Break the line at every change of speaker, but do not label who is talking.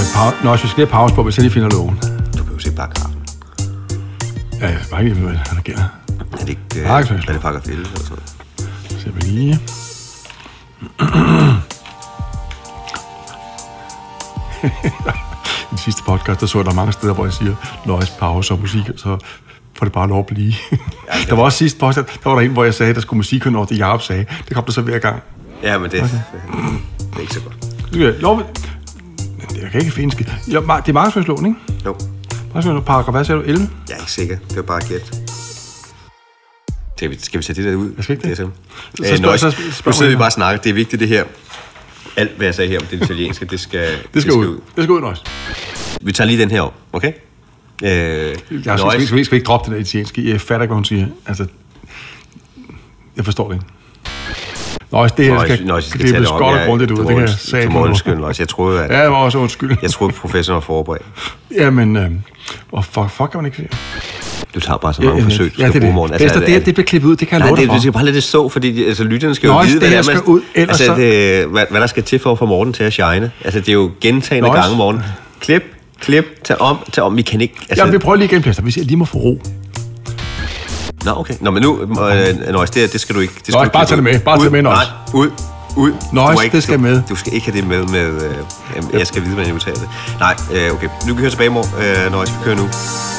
Øh, Nå, jeg skal lige have pause på, hvis jeg lige finder loven.
Du behøver ikke paragrafen.
Ja, jeg bare ikke lige, hvad der gælder.
Er det ikke... Øh,
Paragraf,
er det paragraf 11 eller sådan noget?
Så jeg vil lige... I den sidste podcast, der så jeg, der er mange steder, hvor jeg siger, nøjes pause og musik, og så får det bare lov at blive. der var også sidste podcast, der var der en, hvor jeg sagde, der skulle musik over, det Jacob sagde. Det kom der så hver gang.
Ja, men det, det er ikke så godt.
Du kan- Jo, men- men jeg kan ikke finde en skid. Jo, ma- det er markedsføringsloven, ikke?
Jo,
Markedsføringsloven, paragraf, hvad sagde du? 11?
jeg er ikke sikker. Det var bare et gæt. Skal vi, skal vi sætte det der ud? Jeg
skal ikke det. Så
Så, øh,
spørg-
nøjes.
så spørg-
nu sidder vi bare og snakker. Det er vigtigt, det her. Alt, hvad jeg sagde her om det italienske, det skal,
Det skal, ud. Det skal ud, Nøjes.
Vi tager lige den her op, okay? Øh,
Jeg skal,
nøjes.
skal, skal, skal ikke droppe det der italienske. Jeg fatter ikke, hvad hun siger. Altså, jeg forstår det ikke. Nøjes, det her skal,
Nøjes,
skal klippes godt og grundigt ud. Det kan jeg sige.
Du må undskylde, Nøjes. Jeg troede, at...
Ja, jeg var også undskyld.
Jeg troede, professoren var forberedt.
Jamen, øh, hvor fuck, fuck kan man ikke sige?
Du tager bare så mange
Ja, ja,
forsøg, du
ja,
skal
det er
bruge
det.
morgen.
Bester, det her, det bliver klippet ud, det kan jeg
nej,
love dig
det,
for.
du skal bare lade det stå, fordi de, altså, lytterne skal jo
Nøjes,
vide,
det her
er,
skal ud, ellers
altså,
så-
det, hvad, hvad, der skal til for at få morgen til at shine. Altså, det er jo gentagende
Nøjes.
gange morgen. Klip, klip, tag om, tag om. Vi kan ikke... Altså,
Ja, vi prøver lige igen, Pester, hvis jeg lige må få ro.
Nå, okay. Nå, men nu, øh, Nøjes, det, her, det skal du ikke... Det skal
Nøjes,
du
bare
klippe
tag det
ud.
med. Bare tag
Ud.
det med, Nøjes.
Nej, ud. Ud. Du
Nøjes,
må
det skal
du,
med.
Du skal ikke have det med med... Øh, jamen, jeg skal vide, hvordan jeg udtaler det. Nej, øh, okay. Nu kan vi høre tilbage i morgen. Øh, Nøjes, vi kører nu.